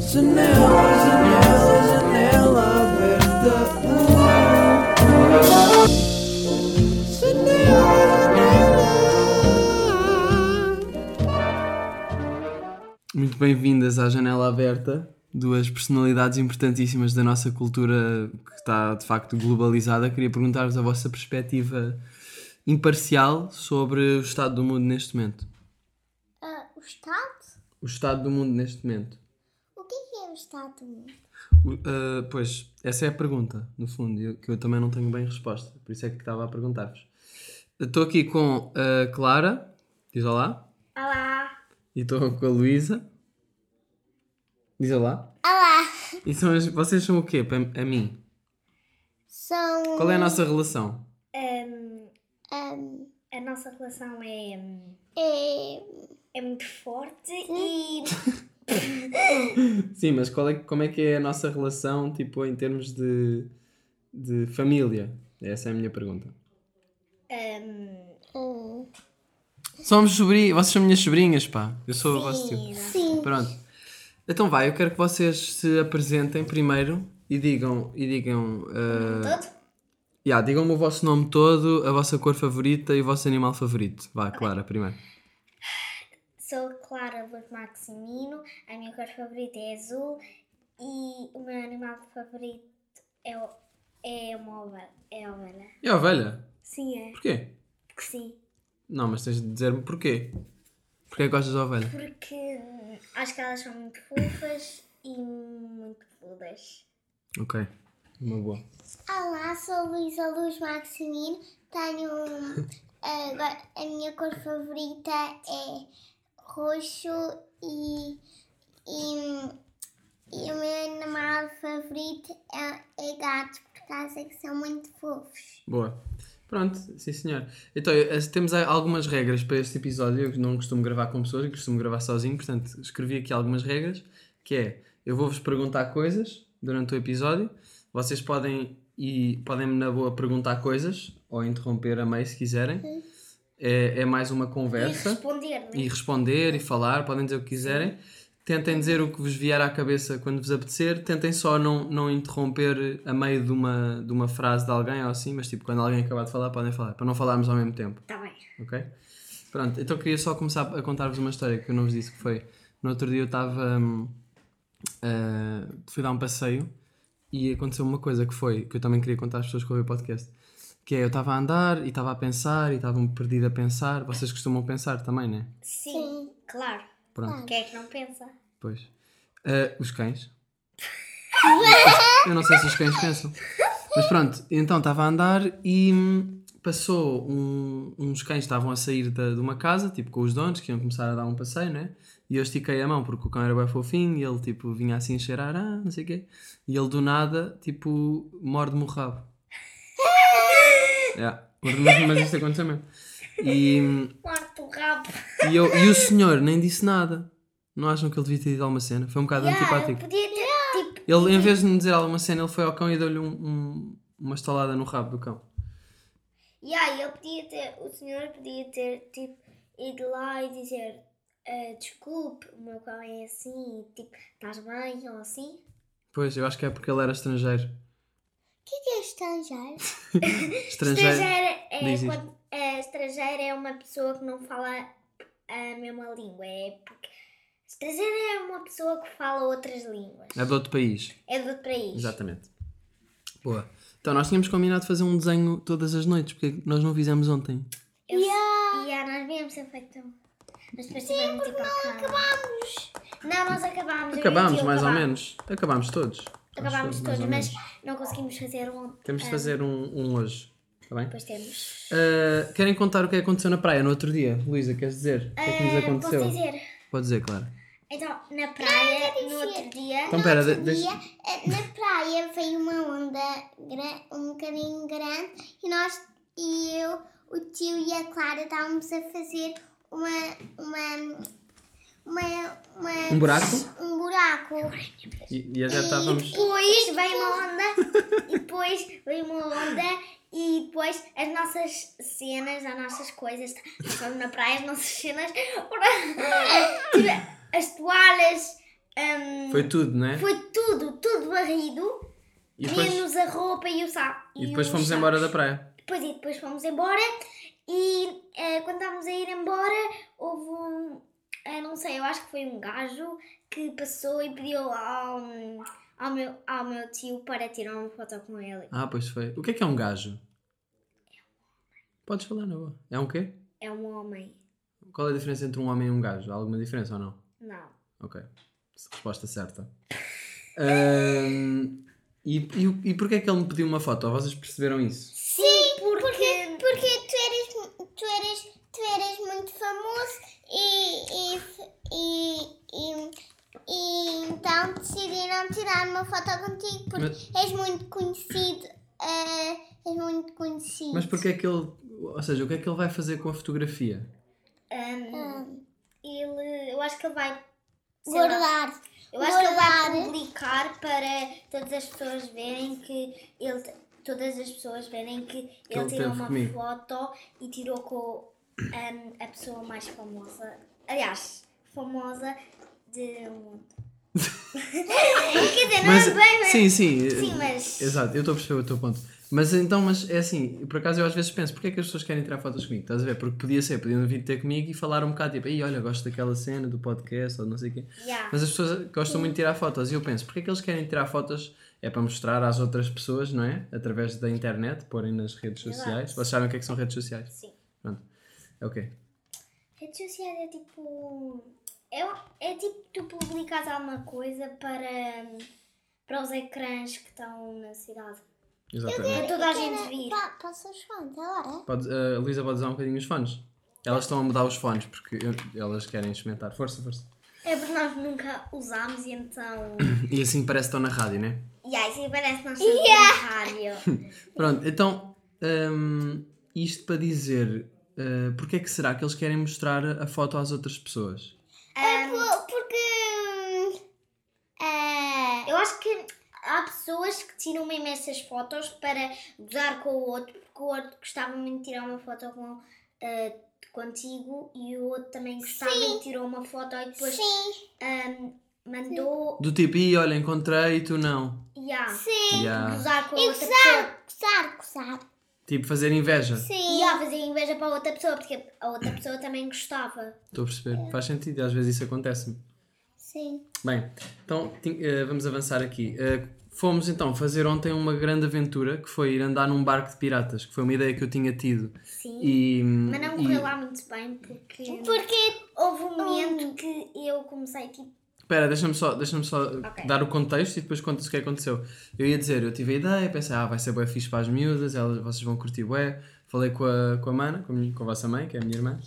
Janela, janela, janela aberta. Janela, janela. Muito bem-vindas à Janela Aberta, duas personalidades importantíssimas da nossa cultura que está de facto globalizada. Queria perguntar-vos a vossa perspectiva imparcial sobre o estado do mundo neste momento. Ah, o Estado? O estado do mundo neste momento. O que é que é o Estado? O- ah, pois, essa é a pergunta, no fundo, e eu- que eu também não tenho bem resposta, por isso é que estava a perguntar-vos. Eu Estou aqui com a Clara, diz olá, Olá! e estou com a Luísa, diz olá. Olá! E são as- vocês são o quê para a mim? São. Qual é a nossa relação? A nossa relação é, É, é muito forte e Sim, mas qual é, como é que é a nossa relação, tipo, em termos de, de família? Essa é a minha pergunta. hum, Somos sobrinhos, vocês são minhas sobrinhas, pá. Eu sou o vosso tio. sim. Pronto. Então vai, eu quero que vocês se apresentem primeiro e digam, e digam, ah, todo. yeah, digam-me o vosso nome todo, a vossa cor favorita e o vosso animal favorito. Vá, Clara, primeiro. Sou a Clara Luz Maximino, a minha cor favorita é azul e o meu animal favorito é, o- é uma ovelha. É ovelha. E a ovelha? Sim, é. Porquê? Porque sim. Não, mas tens de dizer-me porquê. Porquê é que gostas da ovelha? Porque hum, acho que elas são muito fofas e muito peludas. Ok. Uma boa. Olá, sou a Luísa Luz Maximino. Tenho. um- agora, a minha cor favorita é roxo e. e, e o meu animal favorito é, é gato, por causa que são muito fofos. Boa. Pronto, sim senhor. Então, eh, temos a- algumas regras para este episódio. Eu não costumo gravar com pessoas, eu costumo gravar sozinho, portanto, escrevi aqui algumas regras, que é, eu vou-vos perguntar coisas durante o episódio. Vocês podem e podem na boa perguntar coisas ou interromper a meio se quiserem. É, é mais uma E conversa responder, né? e responder e falar, podem dizer o que quiserem. Tentem dizer o que vos vier à cabeça quando vos apetecer. Tentem só não, não interromper a meio de uma, de uma frase de alguém ou assim, mas tipo, quando alguém acabar de falar, podem falar, para não falarmos ao mesmo tempo, Tá bem. ok? Pronto, então queria só começar a contar-vos uma história que eu não vos disse que foi. No outro dia eu estava. hum, ah, fui dar um passeio e aconteceu uma coisa que foi, que eu também queria contar às pessoas que ouvem o podcast, que é eu estava a andar e estava a pensar e estava-me perdido a pensar. Vocês costumam pensar também, né? Sim, claro. Pronto. Quem é que não pensa? Pois. Ah, os cães. Eu não sei se os cães pensam. Mas pronto, então estava a andar e hum, passou um- uns cães que estavam a sair da- de uma casa, tipo com os donos, que iam começar a dar um passeio, né? E eu estiquei a mão porque o cão era bem fofinho e ele tipo vinha assim cheirar, ah, não sei o quê. E ele do nada, tipo, morde-me o rabo. É, mas mas isto aconteceu mesmo. E. hum, Morto o rabo. e, eu- e o senhor nem disse nada. Não acham que ele devia ter dito alguma cena? Foi um bocado eu antipático. podia ter, tipo, Ele, em vez de me dizer alguma cena, ele foi ao cão e deu-lhe um- um- uma estalada no rabo do cão. E aí eu podia ter, o senhor podia ter tipo ido lá e dizer "Ah, desculpe, o meu cão é assim, tipo, estás bem ou assim? Pois, eu acho que é porque ele era estrangeiro. O que é que é estrangeiro? Estrangeiro. diz é isto. quando, é, estrangeira é uma pessoa que não fala a mesma língua. É porque estrangeira é uma pessoa que fala outras línguas. É de outro país. É do outro país. Exatamente. Boa. Então, nós tínhamos combinado de fazer um desenho todas as noites, porque nós não fizemos ontem. Eu- E ah, nós viemos ter feito. um. Mas depois tivemos de ir para a cama. Não, nós acabámos. eu e o Acabámos, tio mais ou acabámos. menos. Acabámos todos. Acho que foi Acabámos mais todos, ou mas menos. não conseguimos fazer um. Temos de fazer um, um hoje. Está bem? Depois temos. Ah, querem contar o que aconteceu na praia no outro dia? Luísa, queres dizer? O que é que Eh, nos Ah, aconteceu? Posso dizer? Pode dizer, claro. Então, na praia, no outro dia, Então, pera, de- outro deixa. dia, eh, na praia veio uma onda gran- um bocadinho grande e nós e eu, o tio e a Clara estávamos a fazer uma uma uma, uma- Um buraco? um buraco. E, e já e estávamos. depois veio uma onda, e depois veio uma onda, e depois as nossas cenas, as nossas coisas, nós fomos na praia, as nossas cenas, tipo, as toalhas, Ahm, Foi tudo, né? foi tudo, tudo barrido. E depois, Menos a roupa e o sapo. e depois os fomos sacos. embora da praia. Pois e depois fomos embora e eh, quando estávamos a ir embora houve um, eh, não sei, eu acho que foi um gajo que passou e pediu ao, ao, meu, ao meu tio para tirar uma foto com ele. Ah, pois foi. O que é que é um gajo? Podes falar na boa. É um quê? É um homem. Qual é a diferença entre um homem e um gajo? Há alguma diferença ou não? Não. Ok. Resposta certa. Ahm, e, e, e porquê é que ele me pediu uma foto? Vocês perceberam isso? Sim, porque... Porque tu eras, mu- tu eras, tu eras muito famoso e, e, e, e, e então decidiram tirar uma foto contigo porque és muito conhecido. eh, és muito conhecido. Mas porquê é que ele. Ou seja, o que é que ele vai fazer com a fotografia? Ah, Ele, eu acho que ele vai... sei lá, guardar. Eu acho que ele vai guardar. publicar para todas as pessoas verem que ele todas as pessoas verem que ele, ele tirou teve uma comigo. foto e tirou com ahm, a pessoa mais famosa. Aliás, famosa de um mundo. Quer dizer, não Mas- é bem, mas sim, sim. eh, sim, mas Exato, eu estou a perceber o teu ponto. Mas então, mas é assim, por acaso eu às vezes penso, porquê é que as pessoas querem tirar fotos comigo? Estás a ver? Porque podia ser, podiam vir ter comigo e falar um bocado, tipo, Ei, olha, gosto daquela cena, do podcast, ou não sei o quê. yeah. Mas as pessoas gostam muito de tirar fotos e eu penso, porquê é que eles querem tirar fotos? É para mostrar às outras pessoas, não é? Através da internet, porem nas redes Exato. sociais. Vocês sabem o que é que são redes sociais? sim. Pronto. É o quê? Redes sociais é tipo. É, é tipo tu publicas alguma coisa para, hum, para os ecrãs que estão na cidade. Para Exatamente. toda a gente vir. Pa- Passa os fones agora. Pode, a Luísa pode usar um bocadinho os fones. Elas estão a mudar os fones porque eu- elas querem experimentar. Força, força. É porque nós nunca usámos e então. E assim parece que estão na rádio, né? E aí, assim parece que nós estamos na rádio. Pronto, então, hum, isto para dizer, uh, porque é que será que eles querem mostrar a foto às outras pessoas? É por- porque. hum, é, eh, Eu acho que há pessoas que tiram imensas fotos para gozar com o outro, porque o outro gostava muito de tirar uma foto com, eh, contigo e o outro também gostava e tirou uma foto e depois sim, ehm, mandou. Do tipo, e olha, encontrei e tu não. Yeah, sim. Yeah. Gozar com a E outra pessoa. gozar, gozar, gozar. Tipo, fazer inveja. Sim. E a fazer inveja para a outra pessoa, porque a outra pessoa também gostava. Estou a perceber, faz sentido, às vezes isso acontece-me. Sim. Bem, então ti- eh, vamos avançar aqui. Eh, fomos então fazer ontem uma grande aventura que foi ir andar num barco de piratas, que foi uma ideia que eu tinha tido. Sim. E, Mas não e, correu lá muito bem porque Porque. Hum. houve um momento que eu comecei tipo. Espera, deixa-me só, deixa só Ok. dar o contexto e depois contas o que aconteceu. Eu ia dizer, eu tive a ideia, pensei, ah, vai ser bué fixe para as miúdas, elas, vocês vão curtir bué. Falei com a, com a Mana, com a, minha- com a vossa mãe, que é a minha irmã.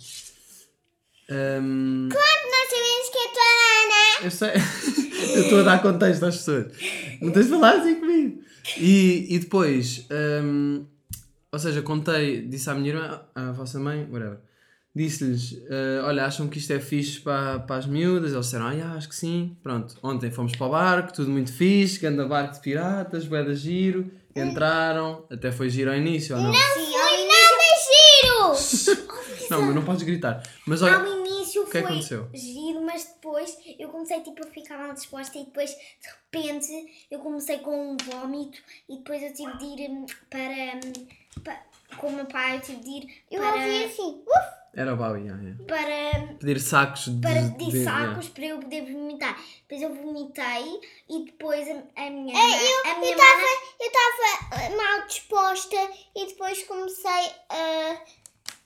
Ahm, Nós sabemos que é tua Ana. eu sei, eu estou a dar contexto às pessoas. Não tens de falar assim comigo. E, e depois, ahm, ou seja, contei, disse à minha irmã, à vossa mãe, whatever. Disse-lhes, eh, olha, acham que isto é fixe para, para as miúdas? Eles disseram, ah, yeah, acho que sim. Pronto, ontem fomos para o barco, tudo muito fixe, ganda barco de piratas, boeda giro. Entraram, até foi giro ao início, ou não? Sim, ao Ah, Foi nada giro! Não, mas não podes gritar. Mas Ao olha, início que é que Ah, foi aconteceu? giro, mas depois eu comecei tipo a ficar mal disposta e depois de repente eu comecei com um vómito e depois eu tive de ir hum, para, hum, pa- com o meu pai, eu tive de ir Eu para, ouvi assim. Uf, era o Bobby, yeah, yeah. para, hum, pedir sacos de, para pedir de- yeah. sacos para eu poder vomitar. Depois eu vomitei e depois a, a minha É, eu mana- a minha mana- estava eh, mal disposta e depois comecei a.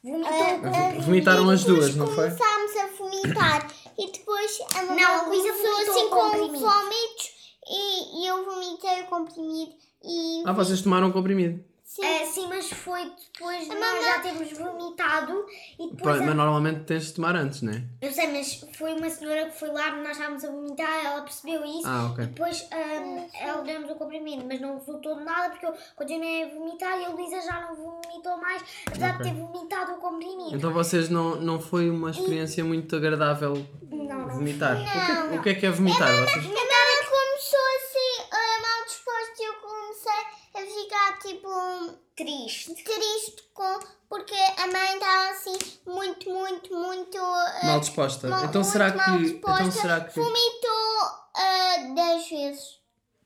vomitou. um Ah, vomitaram as duas, não foi? Começámos a vomitar e depois a mamãe Não, a Luísa começou vomitou assim o com comprimido. vómitos e, e eu vomitei o comprimido e. Ah, vocês tomaram um comprimido. sim. Ah, sim, mas foi depois de nós mamãe- já termos vomitado e depois Pronto, mas normalmente tens de tomar antes, né? Eu sei, mas foi uma senhora que foi lá, nós estávamos a vomitar, ela percebeu isso. Ah, ok. E depois ahm, ela deu-nos o comprimido, mas não resultou de nada porque eu continuei a vomitar e a Luísa já não vomitou mais, apesar Ok. de ter vomitado o comprimido. Então vocês não, não foi uma experiência muito agradável Não, não. vomitar. o, que, o que é que é vomitar? Vocês... A Mara começou assim ah, mal disposta e eu comecei a ficar tipo Triste. triste com, porque a mãe estava assim muito, muito, muito ah, Mal disposta. mal- então, muito será mal que, então disposta. será que. vomitou ah,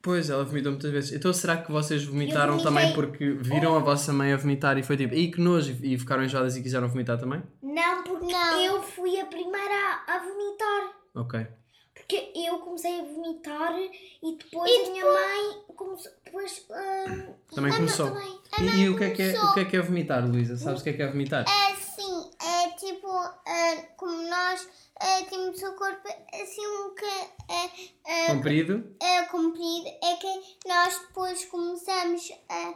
Pois, ela vomitou muitas vezes. Então será que vocês vomitaram também vomitei. porque viram a vossa mãe a vomitar e foi tipo, e que nojo, e ficaram enjoadas e quiseram vomitar também? Não, porque Não. eu fui a primeira a, a vomitar. Ok. Porque eu comecei a vomitar e depois E a minha mãe começou. Depois. ah, Também a começou. minha também. E, e o, que é que é, o que é que é vomitar, Luísa? Sabes o que é que é vomitar? É assim, é tipo, é, como nós é, temos o corpo assim um que é, é, Comprido? é comprido, é que nós depois começamos a,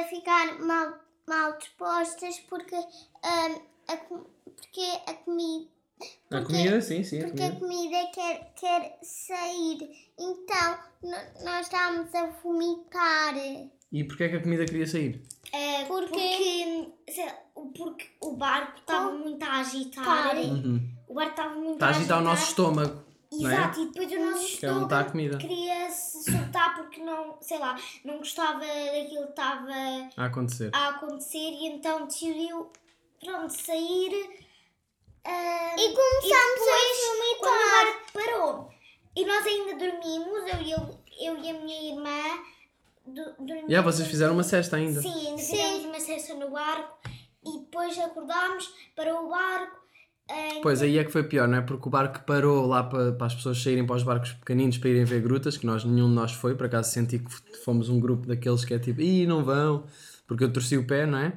a ficar mal, mal dispostas porque, é, a, com- porque a comida. A Porque- comida? Sim, sim, a Porque é a comida. comida quer, quer sair, então no- nós estamos a vomitar. E porquê é que a comida queria sair? É, Porque- Porque, sei lá, porque o barco estava muito a agitar. né? Tá. Uhum. O barco estava muito Está a agitar o tá- nosso estômago, não é? Exato, e depois Que o nosso ela não estômago está a comida. queria se soltar porque não, sei lá, não gostava daquilo que estava A acontecer. a acontecer e então decidiu, pronto, sair. ah, E começamos depois, quando o barco parou. E nós ainda dormimos, eu e, eu, eu e a minha irmã do, dormimos. E yeah, vocês fizeram uma cesta ainda. Sim, ainda Sim. fizemos uma sessão no barco e depois acordámos para o barco. ah, Pois aí é que foi pior, não é? Porque o barco parou lá para, para as pessoas saírem para os barcos pequeninos para irem ver grutas, que nós nenhum de nós foi, por acaso senti que fomos um grupo daqueles que é tipo, ih, não vão, porque eu torci o pé, não é?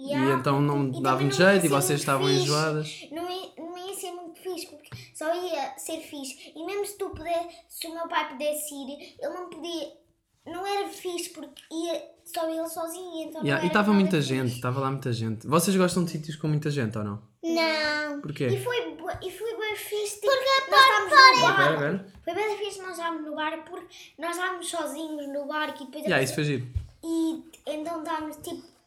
Yeah. E então não também dava não muito jeito e ia ser vocês muito estavam fixe. enjoadas. Não ia, não ia ser muito fixe, porque só ia ser fixe. E mesmo se tu puder, se o meu pai pudesse ir, ele não podia. Não era fixe porque ia só ele sozinho. Yeah, Então não E era estava nada muita fixe. gente, estava lá muita gente. Vocês gostam de sítios com muita gente ou não? Não. E Porquê? foi, bué- e foi bem fixe. Tipo, porque nós estávamos no Espera, barco. espera. Foi bem fixe nós estávamos no barco porque nós estávamos sozinhos no barco e depois. Yeah, isso foi giro. E então estávamos tipo.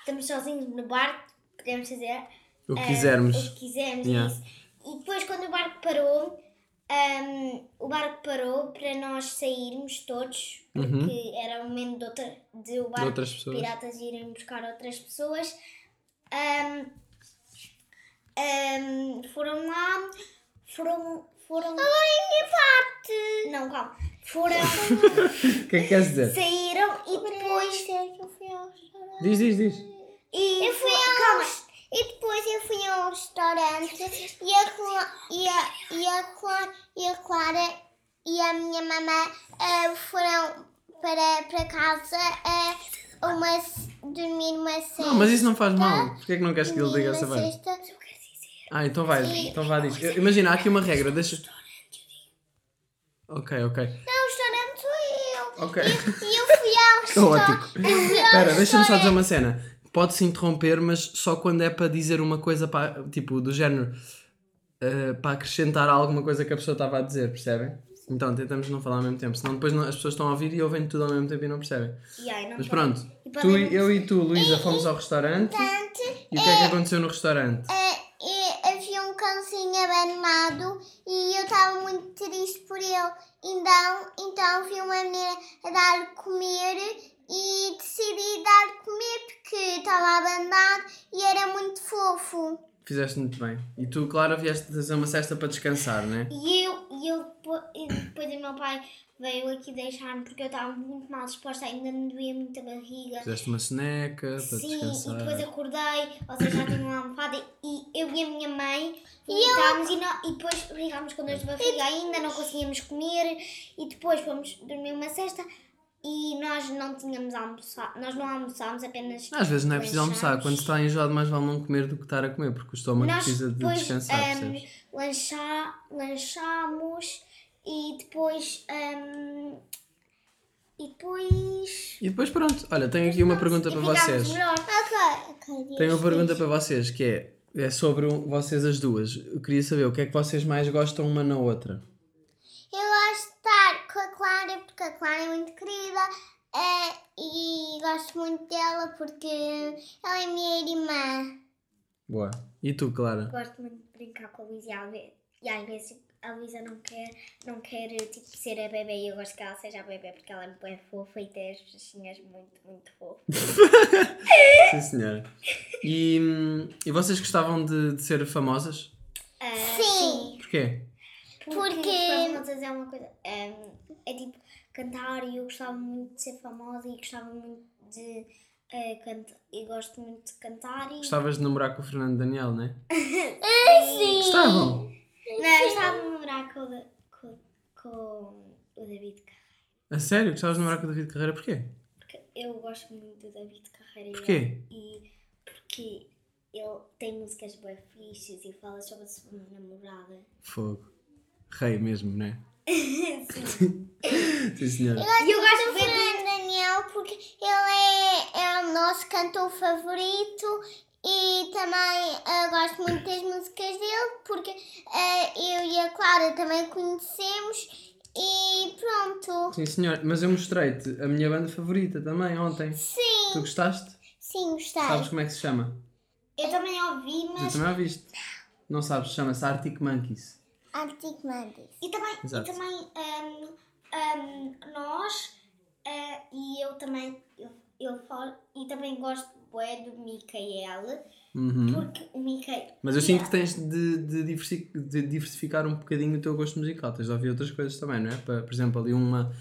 Estamos sozinhos no barco, podemos fazer O que Ah, O quisermos. que quisermos, Yeah. isso. E depois, quando o barco parou, ahm, o barco parou para nós sairmos todos, porque era o momento de, outra, de o barco Uhum. outras dos pessoas. piratas irem buscar outras pessoas. Ahm, ahm, ehm, foram lá, foram. foram... Agora é minha parte! Não, calma. Foram, O que é que queres dizer? saíram e Depois depois. é que eu fui ao restaurante. Diz, diz, diz. E Eu fui foram- ao, calma. res- e depois eu fui ao restaurante e a, Cla- e, a, e, a Cla- e a Clara e a minha mamã eh, foram para, para casa eh, uma, s- dormir uma sexta. Não, Ah, mas isso não faz Tá. mal. Porquê é que não queres que ele diga essa bem? sexta. Ah, então vai, então vá diz. Eu- Imagina, há aqui uma regra, deixa. Ok, ok. Não, o restaurante sou eu. Ok. E eu fui ao Caótico. restaurante. Eu fui ao Espera, deixa-me só restaurante. dizer uma cena. Pode-se interromper, mas só quando é para dizer uma coisa, para, tipo, do género, eh, para acrescentar alguma coisa que a pessoa estava a dizer, percebem? Então, tentamos não falar ao mesmo tempo, senão depois não- as pessoas estão a ouvir e ouvem tudo ao mesmo tempo e não percebem. E aí, não Mas pode- pronto, E tu, podem- e- eu e tu, Luísa, fomos ao restaurante Portanto, e o que é que aconteceu no restaurante? Eh, e havia um cãozinho abandonado e eu estava muito triste por ele. Então, então vi uma menina a dar comer e decidi dar comer porque estava abandonado e era muito fofo. Fizeste muito bem. E tu, Clara, vieste fazer uma cesta para descansar, não é? E eu, e eu depo- e depois o meu pai veio aqui deixar-me porque eu estava muito mal disposta, ainda me doía muito a barriga. Fizeste uma soneca para Sim, descansar. e depois acordei, ou seja, já tinha uma almofada e eu e a minha mãe vomitámos e, nó- e depois brigámos com dor de barriga ainda, não conseguíamos comer e depois fomos dormir uma cesta e nós não tínhamos almoçado, nós não almoçámos, apenas Às vezes não é preciso almoçar. lanchamos. Quando se está enjoado, mais vale não comer do que estar a comer, porque o estômago Nós precisa de depois descansar, ehm, percebes? lanchá- lanchámos e depois. ehm, e depois. E depois pronto, olha, tenho aqui uma pergunta e para ficámos vocês. melhor. Ok, ok. diz, Tenho uma pergunta diz. para vocês que é, é sobre um- vocês as duas. Eu queria saber o que é que vocês mais gostam uma na outra. Eu gosto de estar com a Clara porque a Clara é muito querida eh, e gosto muito dela porque ela é minha irmã. Boa. E tu, Clara? Gosto muito de brincar com a Luísa e às ve- e às vezes tipo, a Luísa não quer, não quer tipo, ser a bebê e eu gosto que ela seja a bebê porque ela é bem fofa e tem as bichinhas muito, muito fofas. Sim, senhora. E, hum, e vocês gostavam de, de ser famosas? Ah, Sim. Porquê? Porque, Porque- famosas é uma coisa. É, é tipo cantar e eu gostava muito de ser famosa e gostava muito de eh, cantar e gosto muito de cantar e. Gostavas de namorar com o Fernando Daniel, não é? Sim. Gostavam! Não, eu gostava de namorar com, o Da- com, com o David Carreira. A sério? Gostavas de namorar com o David Carreira? Porquê? Porque eu gosto muito do David Carreira. e Porquê? ele- E porque ele tem músicas bem fixas e fala sobre a sua namorada. Fogo. Rei mesmo, não é? Sim. Sim, senhora. E eu gosto O bem do Fernando Daniel, porque ele é, é o nosso cantor favorito e também eh, gosto muito das músicas dele, porque eh, eu e a Clara também conhecemos e pronto. Sim, senhor. Mas eu mostrei-te a minha banda favorita também ontem. Sim, Tu gostaste? sim, Sabes gostei. como é que se chama? Eu também ouvi, Tu mas. também a viste? Não sabes, chama-se Arctic Monkeys. Arctic Monkeys. E também, e Exato. também ahm, ahm, nós ah, e eu também eu, eu falo, e também gosto bué do Micael Uhum. porque o Micael Mas eu sinto que tens de, de diversi- de diversificar um bocadinho o teu gosto musical. Tens de ouvir outras coisas também, não é? Pa- Por exemplo, ali uma,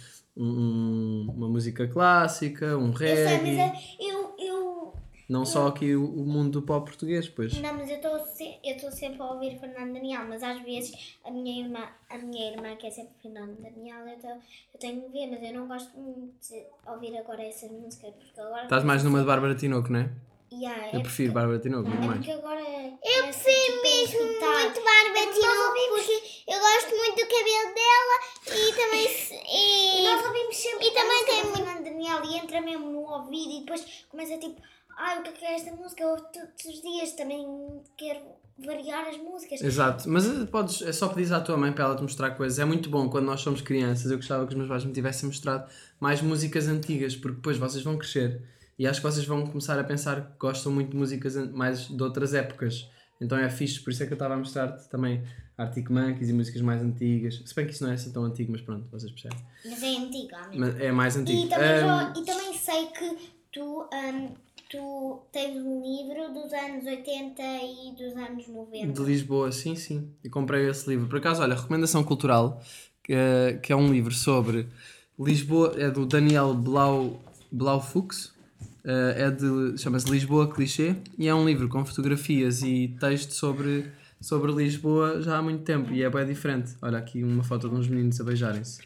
um- uma música clássica, um eu sei, reggae. mas é, eu, eu, eu Não só aqui o, o mundo do pop português, pois. não, mas eu estou se, eu estou sempre a ouvir Fernando Daniel, mas às vezes a minha irmã, a minha irmã que é sempre Fernando Daniel, eu, tô, eu tenho que ver, mas eu não gosto muito de ouvir agora essas músicas porque agora Estás mais numa de Bárbara Tinoco, não é? Yeah, Eu é- prefiro Bárbara Tinoco, muito é mais. porque agora eu prefiro mesmo muito Bárbara Tinoco, porque eu gosto muito do cabelo dela e também... se- E E, nós ouvimos sempre. e também música tem da muito- Fernanda Daniel e entra mesmo no ouvido e depois começa tipo, ai, o que é que é esta música? Eu ouço todos os dias, também quero variar as músicas. Exato, mas eh, podes, é só pedir à tua mãe para ela te mostrar coisas. É muito bom quando nós somos crianças. Eu gostava que os meus pais me tivessem mostrado mais músicas antigas, porque depois vocês vão crescer e acho que vocês vão começar a pensar que gostam muito de músicas an- mais de outras épocas. Então é fixe, por isso é que eu estava a mostrar-te também Arctic Monkeys e músicas mais antigas. Se bem que isso não é assim tão antigo, mas pronto, vocês percebem. Mas é antiga, amiga. Mas é mais antigo. E também, Ahm, já- e também sei que tu, ehm, hum, tu tens um livro dos anos 80 e dos anos 90. De Lisboa, sim, sim. E comprei esse livro. Por acaso, olha, Recomendação Cultural, que é, que é um livro sobre Lisboa, é do Daniel Blau, Blaufux, eh, é de, chama-se Lisboa Clichê, e é um livro com fotografias e texto sobre, sobre Lisboa já há muito tempo, e é bem diferente. Olha, aqui uma foto de uns meninos a beijarem-se.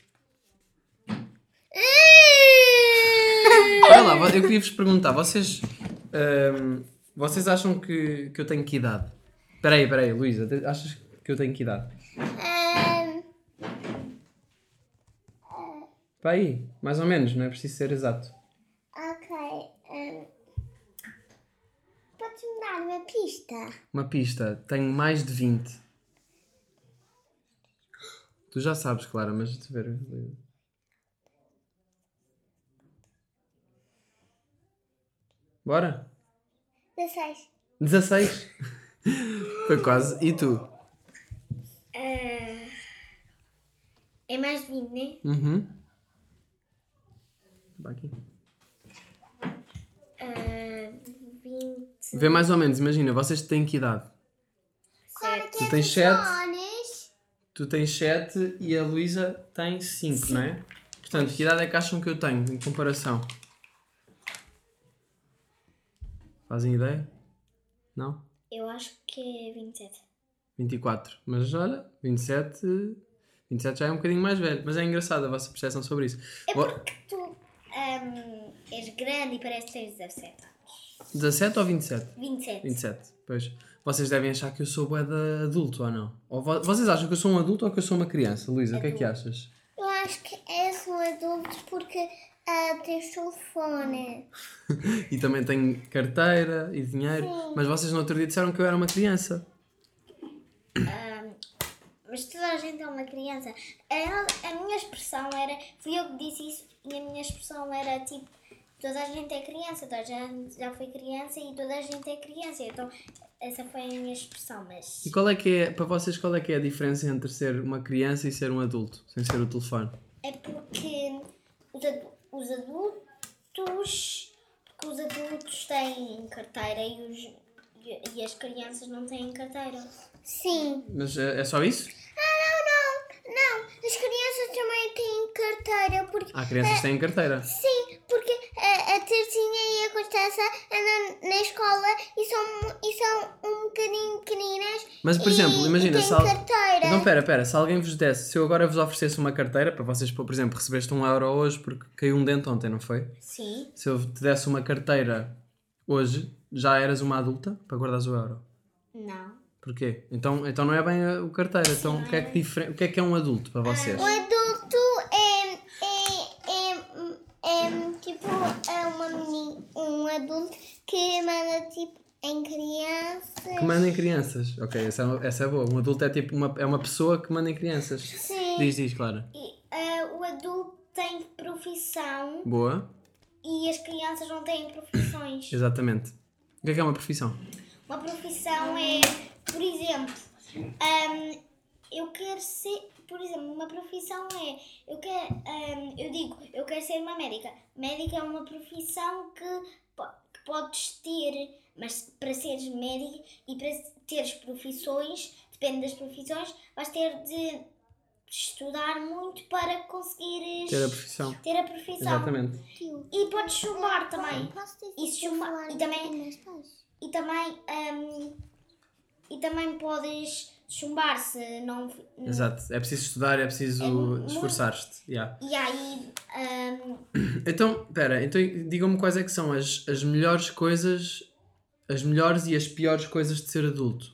Olha lá, vo- eu queria vos perguntar, vocês, ahm, vocês acham que, que eu tenho que idade? Espera aí, espera aí, Luísa, te- achas que eu tenho que idade? Ahm, Para aí, mais ou menos, não é preciso ser exato. ok. um, ahm, Podes-me dar uma pista? Uma pista, tenho mais de 20. Tu já sabes, Clara, mas deixa eu ver. Bora? 16. 16? Foi quase. E tu? Ah, é mais de 20, né? Uhum. Vai aqui. Ah, 20. Vê mais ou menos, imagina, vocês têm que idade? Claro que Tu tens sete? Anos. Tu tens 7 e a Luísa tem 5, não é? Portanto, que idade é que acham que eu tenho em comparação? Fazem ideia? Não? Eu acho que é 27. 24. Mas olha, 27. 27 já é um bocadinho mais velho, mas é engraçado a vossa percepção sobre isso. Vo- Tu hum, és grande e parece que tens 17 anos. 17 ou 27? 27. 27, pois. Vocês devem achar que eu sou bué de adulto ou não? Ou vo- vocês acham que eu sou um adulto ou que eu sou uma criança? Luísa, o que é que achas? Eu acho que é és um adulto porque ah, tens telefone. E também tenho carteira e dinheiro, mas vocês no outro dia disseram que eu era uma criança. Mas toda a gente é uma criança. A, a minha expressão era. Fui eu que disse isso e a minha expressão era tipo. Toda a gente é criança, toda a gente já foi criança e toda a gente é criança. Então, essa foi a minha expressão, mas. E qual é que é, para vocês, qual é que é a diferença entre ser uma criança e ser um adulto, sem ser o telefone? É porque os, adu- os adultos. Porque os adultos têm carteira e, os, e, e as crianças não têm carteira. Sim. Mas é, é só isso? Ah, não, não. As crianças também têm carteira, porque Há crianças que têm carteira. Sim, porque a, a Tercinha e a Constança andam na escola e são, mu- e são um bocadinho pequeninas. Mas, por e- exemplo, e imagina, têm se al- carteira. Então, pera, pera, se alguém vos desse, se eu agora vos oferecesse uma carteira, para vocês, por exemplo, recebeste um euro hoje porque caiu um dente ontem, não foi? Sim. Se eu te desse uma carteira hoje, já eras uma adulta para guardares o euro. Não. Porquê? Então, então não é bem a- o carteira. Então, o que, é que diferen- o que é que é um adulto para vocês? O adulto é, é, é, é tipo é uma meni- um adulto que manda tipo em crianças. Que mandem crianças. Ok, essa, é- essa é boa. Um adulto é tipo uma, é uma pessoa que manda em crianças. Sim. Diz, diz, Clara. E, eh, o adulto tem profissão Boa, e as crianças não têm profissões. exatamente. O que é que é uma profissão? Uma profissão é, por exemplo, ahm, eu quero ser, por exemplo, uma profissão é, eu quero, ahm, eu digo, eu quero ser uma médica. Médica é uma profissão que, po- que podes ter, mas para seres médica e para teres profissões, depende das profissões, vais ter de estudar muito para conseguires Ter a profissão. ter a profissão. Exatamente. E podes chumbar também. Posso E se uma- e também- E também, hum, e também podes chumbar se não. Exato. É preciso estudar, é preciso É esforçar-te. Yeah. E aí, hum, Então, espera, então digam-me quais é que são as, as melhores coisas, as melhores e as piores coisas de ser adulto.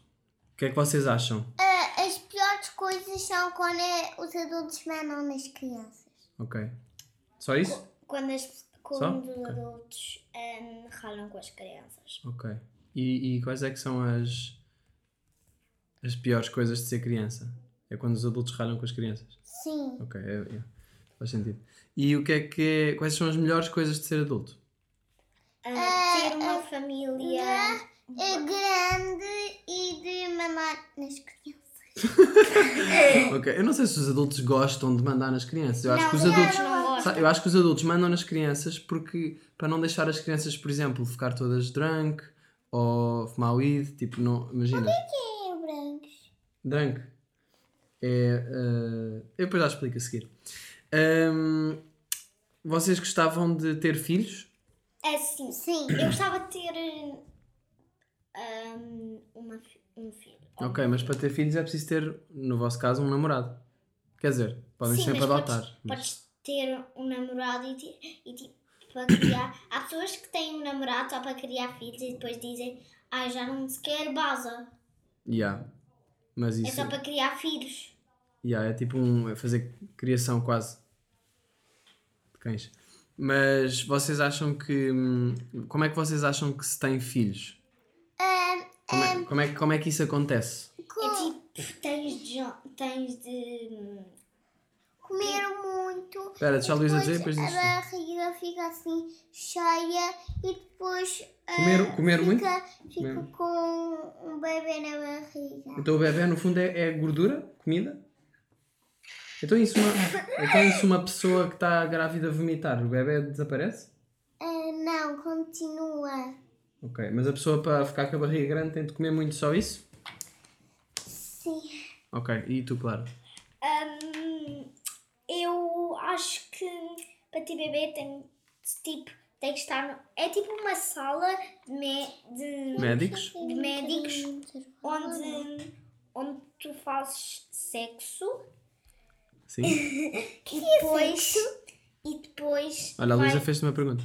O que é que vocês acham? As piores coisas são quando é- os adultos mandam nas crianças. Ok. Só isso? quando, as, quando os Ok. adultos hum, ralam com as crianças. Ok. E, e quais é que são as, as piores coisas de ser criança? É quando os adultos ralham com as crianças. Sim. Ok, é, é. faz sentido. E o que é que é, quais são as melhores coisas de ser adulto? Ah, ter uma família. Uhum. É grande e de mamar nas crianças. Ok, eu não sei se os adultos gostam de mandar nas crianças. Eu acho que os não, adultos não Sa- gosto. Eu acho que os adultos mandam nas crianças porque para não deixar as crianças, por exemplo, ficar todas drunk ou fumar weed, tipo, não, imagina. É branco. Drunk é. eh, eu depois já explico a seguir. Ahm, vocês gostavam de ter filhos? Assim, Sim. eu gostava de ter hum, uma, fi- um filho. Ok, mas para ter filhos é preciso ter, no vosso caso, um namorado. Quer dizer, podem sempre mas podes- adotar. mas- Podes, ter um namorado e, ti- e tipo, para criar. Há pessoas que têm um namorado só para criar filhos e depois dizem, ah, já não se quer baza. Yeah. Mas É isso. só para criar filhos. Yeah, é tipo um, é fazer criação quase de cães. Mas vocês acham que. hum, Como é que vocês acham que se tem filhos? Como é, como é, que- como é que isso acontece? É tipo, tens de. jan- Tens de hum, comer muito. Espera, deixa a Luísa dizer, depois depois diz a tu. barriga fica assim cheia e depois ah, Comer- comer fica, muito? fica Comer. com um bebê na barriga. Então o bebê, no fundo, é, é gordura? Comida? Então isso, uma, então isso uma pessoa que está grávida a vomitar, o bebê desaparece? Ah, não, continua. Ok, mas a pessoa para ficar com a barriga grande tem de comer muito só isso? Sim. Ok, e tu, claro. Hum, eu acho que para ter bebê tem tipo tem que estar no- é tipo uma sala de, mé- de- Médicos? de médicos onde onde tu fazes sexo Sim. e depois e depois Olha, a vai- Luísa fez-te uma pergunta.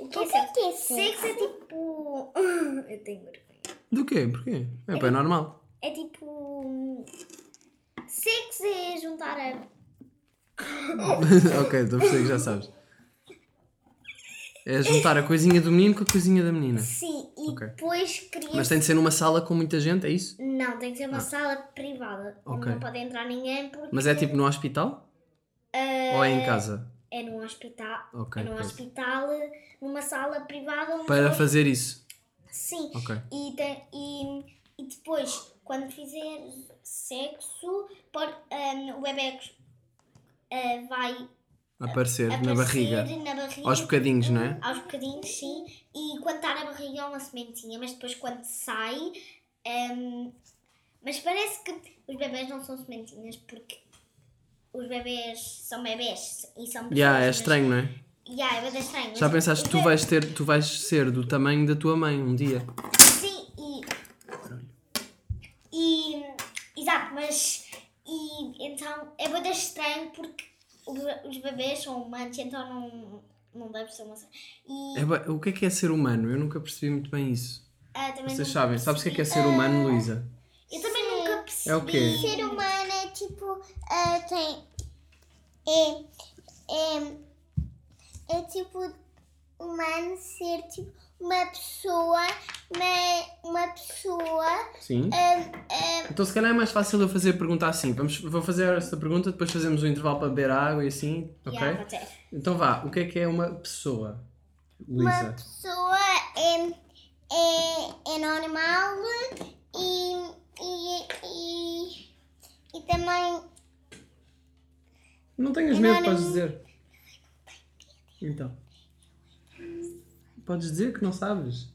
o que O é que é sexo? que é sexo? Sexo é tipo eu tenho vergonha Do quê? Porquê? É, pá, é normal. é tipo sexo é juntar a ok, estou a perceber que já sabes. É juntar a coisinha do menino com a coisinha da menina. sim e Ok. depois crias Mas tem de ser numa sala com muita gente, é isso? Não, tem que ser uma sala privada. onde Ah. Ok. Não pode entrar ninguém porque Mas é tipo no hospital? Ou é em casa? é num hospital. Ok, é num pois. hospital, numa sala privada onde Para só- fazer isso. Sim. Ok. E, tem- e, e depois, quando fizeres sexo, pode- ahm, o bebê ah, vai Aparecer, aparecer na barriga. na barriga, Aos bocadinhos, não é? aos bocadinhos, sim. E quando está na barriga é uma sementinha, mas depois quando sai. hum, ahm, mas parece que os bebés não são sementinhas porque os bebês são bebês e são pessoas. Yeah, é mas- estranho, não é? Yeah, é bué estranho. mas- então- Já pensaste que tu mas- vais ter, tu vais ser do tamanho da tua mãe um dia? Sim, e. E. Exato, mas. E então é bem estranho porque o- os bebês são humanos, então não, não deve ser uma. E É bué- o que é que é ser humano? Eu nunca percebi muito bem isso. eh, ah, também Vocês nunca sabem? Sabes o que é que é ser percebi- humano, Luísa? Eu também Sim. nunca percebi. ah, É o quê? Ser humano é tipo. ah, tem. É, é. É tipo. Humano ser tipo uma pessoa. Uma, uma pessoa. Sim. Eh, ah, Então se calhar é mais fácil eu fazer a pergunta assim. Vamos, vou fazer esta pergunta, depois fazemos um intervalo para beber água e assim, ok? Yeah, pode ser. Então vá, o que é que é uma pessoa, uma Luísa? pessoa é, é, é normal e, e, e, e também Não tenhas Eu medo, não- podes dizer. Então. Podes dizer que não sabes.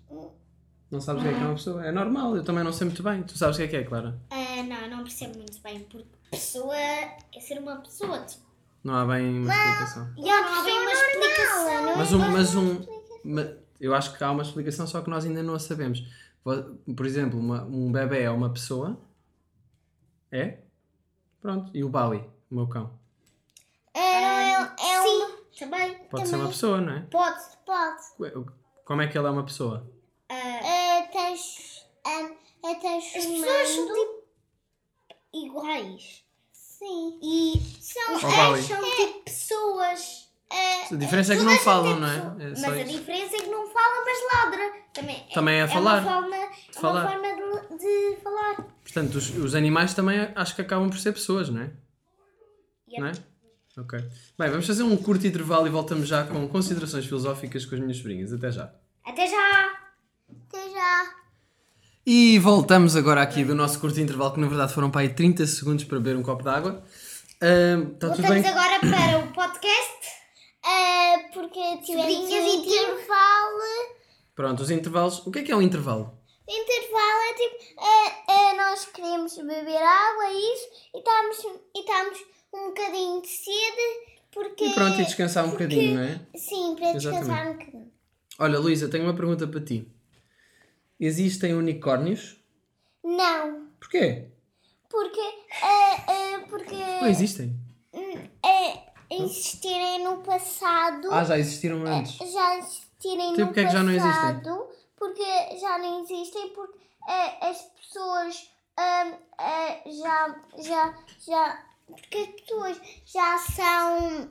Não sabes o que é que é uma pessoa. É normal, eu também não sei muito bem. Tu sabes o que é que é, Clara? Ah, não, eu não percebo muito bem porque pessoa é ser uma pessoa. Tipo, Não há bem uma explicação. yeah, não há bem uma pessoa normal, explicação. não é? Mas um, mas um ma- eu acho que há uma explicação, só que nós ainda não a sabemos. Vo- Por exemplo, uma- um bebê é uma pessoa. É? Pronto. E o Bali, o meu cão. é, não é, é Sim, uma. também. Pode ser uma pessoa, não é? Pode, pode. Co- Como é que ele é uma pessoa? É, tens, é, é As pessoas são transformando. tipo iguais. Sim. E São, Oh, Bali. são tipo pessoas. A diferença é que não falam, não é? É Mas só a isso. diferença é que não fala, mas ladra. Também é, Também é é falar. Uma forma, é falar. uma forma de, de falar. Portanto, os, os animais também acho que acabam por ser pessoas, não é? Yep. Não é? Ok. Bem, vamos fazer um curto intervalo e voltamos já com considerações filosóficas com as minhas sobrinhas. Até já. Até já! Até já. E voltamos agora aqui do nosso curto intervalo, que na verdade foram para aí 30 segundos para beber um copo de água. Ahm, Está Tá tudo bem? Voltamos agora para o podcast. É, porque tivemos Sobrinhas um e tio. intervalo. Pronto, os intervalos. O que é que é um intervalo? O intervalo é tipo. É, é, nós queremos beber água e isso. E estamos e estamos um bocadinho de sede. Porque. E pronto, e descansar um bocadinho, não é? Sim, para descansar Exatamente. um bocadinho. Olha, Luísa, tenho uma pergunta para ti. Existem unicórnios? Não. Porquê? Porque. É, é, porque. Não existem. É, existirem no passado. Ah, já existiram antes. já existirem Então, no porque é que já passado não existem? porque já não existem porque eh, as pessoas ahm, eh, já já já porque as pessoas já são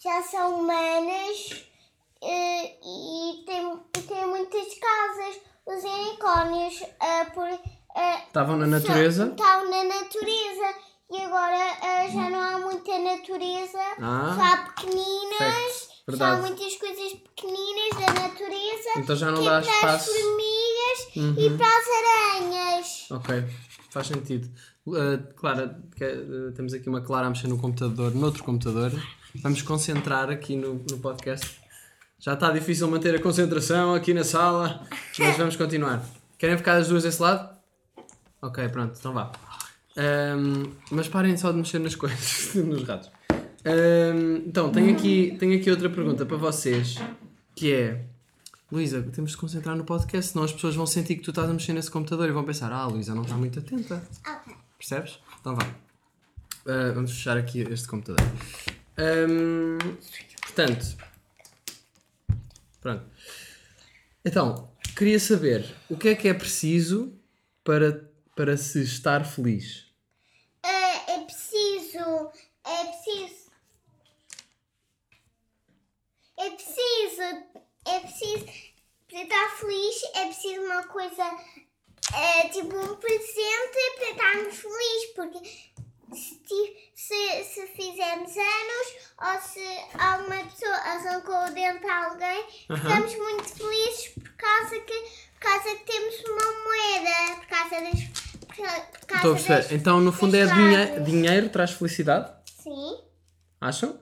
já são humanas eh, e tem, e tem muitas casas os unicórnios eh, por, eh, Estavam na natureza? estão na natureza e agora ah, já não há muita natureza, Ah. só há pequeninas, Facto. só há Verdade. muitas coisas pequeninas da natureza Então já não que dá é para as espaço. formigas Uhum. e para as aranhas. Ok, faz sentido. Uh, Clara, quer- uh, temos aqui uma Clara a mexer no computador, noutro computador. Vamos concentrar aqui no, no podcast. Já está difícil manter a concentração aqui na sala, mas vamos continuar. Querem ficar as duas desse lado? Ok, pronto, então vá. Ahm, mas parem só de mexer nas coisas, nos ratos. Ahm, então, tenho aqui, tenho aqui outra pergunta para vocês, que é... Luísa, temos de concentrar no podcast, senão as pessoas vão sentir que tu estás a mexer nesse computador e vão pensar, ah, a Luísa não está muito atenta. Percebes? Então vá. Ah, vamos fechar aqui este computador. Ahm, portanto. Pronto. Então, queria saber o que é que é preciso para, para se estar feliz? Ah, é preciso, é preciso, é preciso, é preciso, para estar feliz é preciso uma coisa, é, tipo um presente para estarmos felizes, porque se, ti- se, se fizermos anos ou se alguma pessoa arrancou o dente a alguém, ficamos muito felizes por causa que, por causa que temos uma moeda, por causa das... Por, por causa Estou a perceber. das- Então, no fundo, é das dinhe frases. dinheiro traz felicidade? Sim. Acham?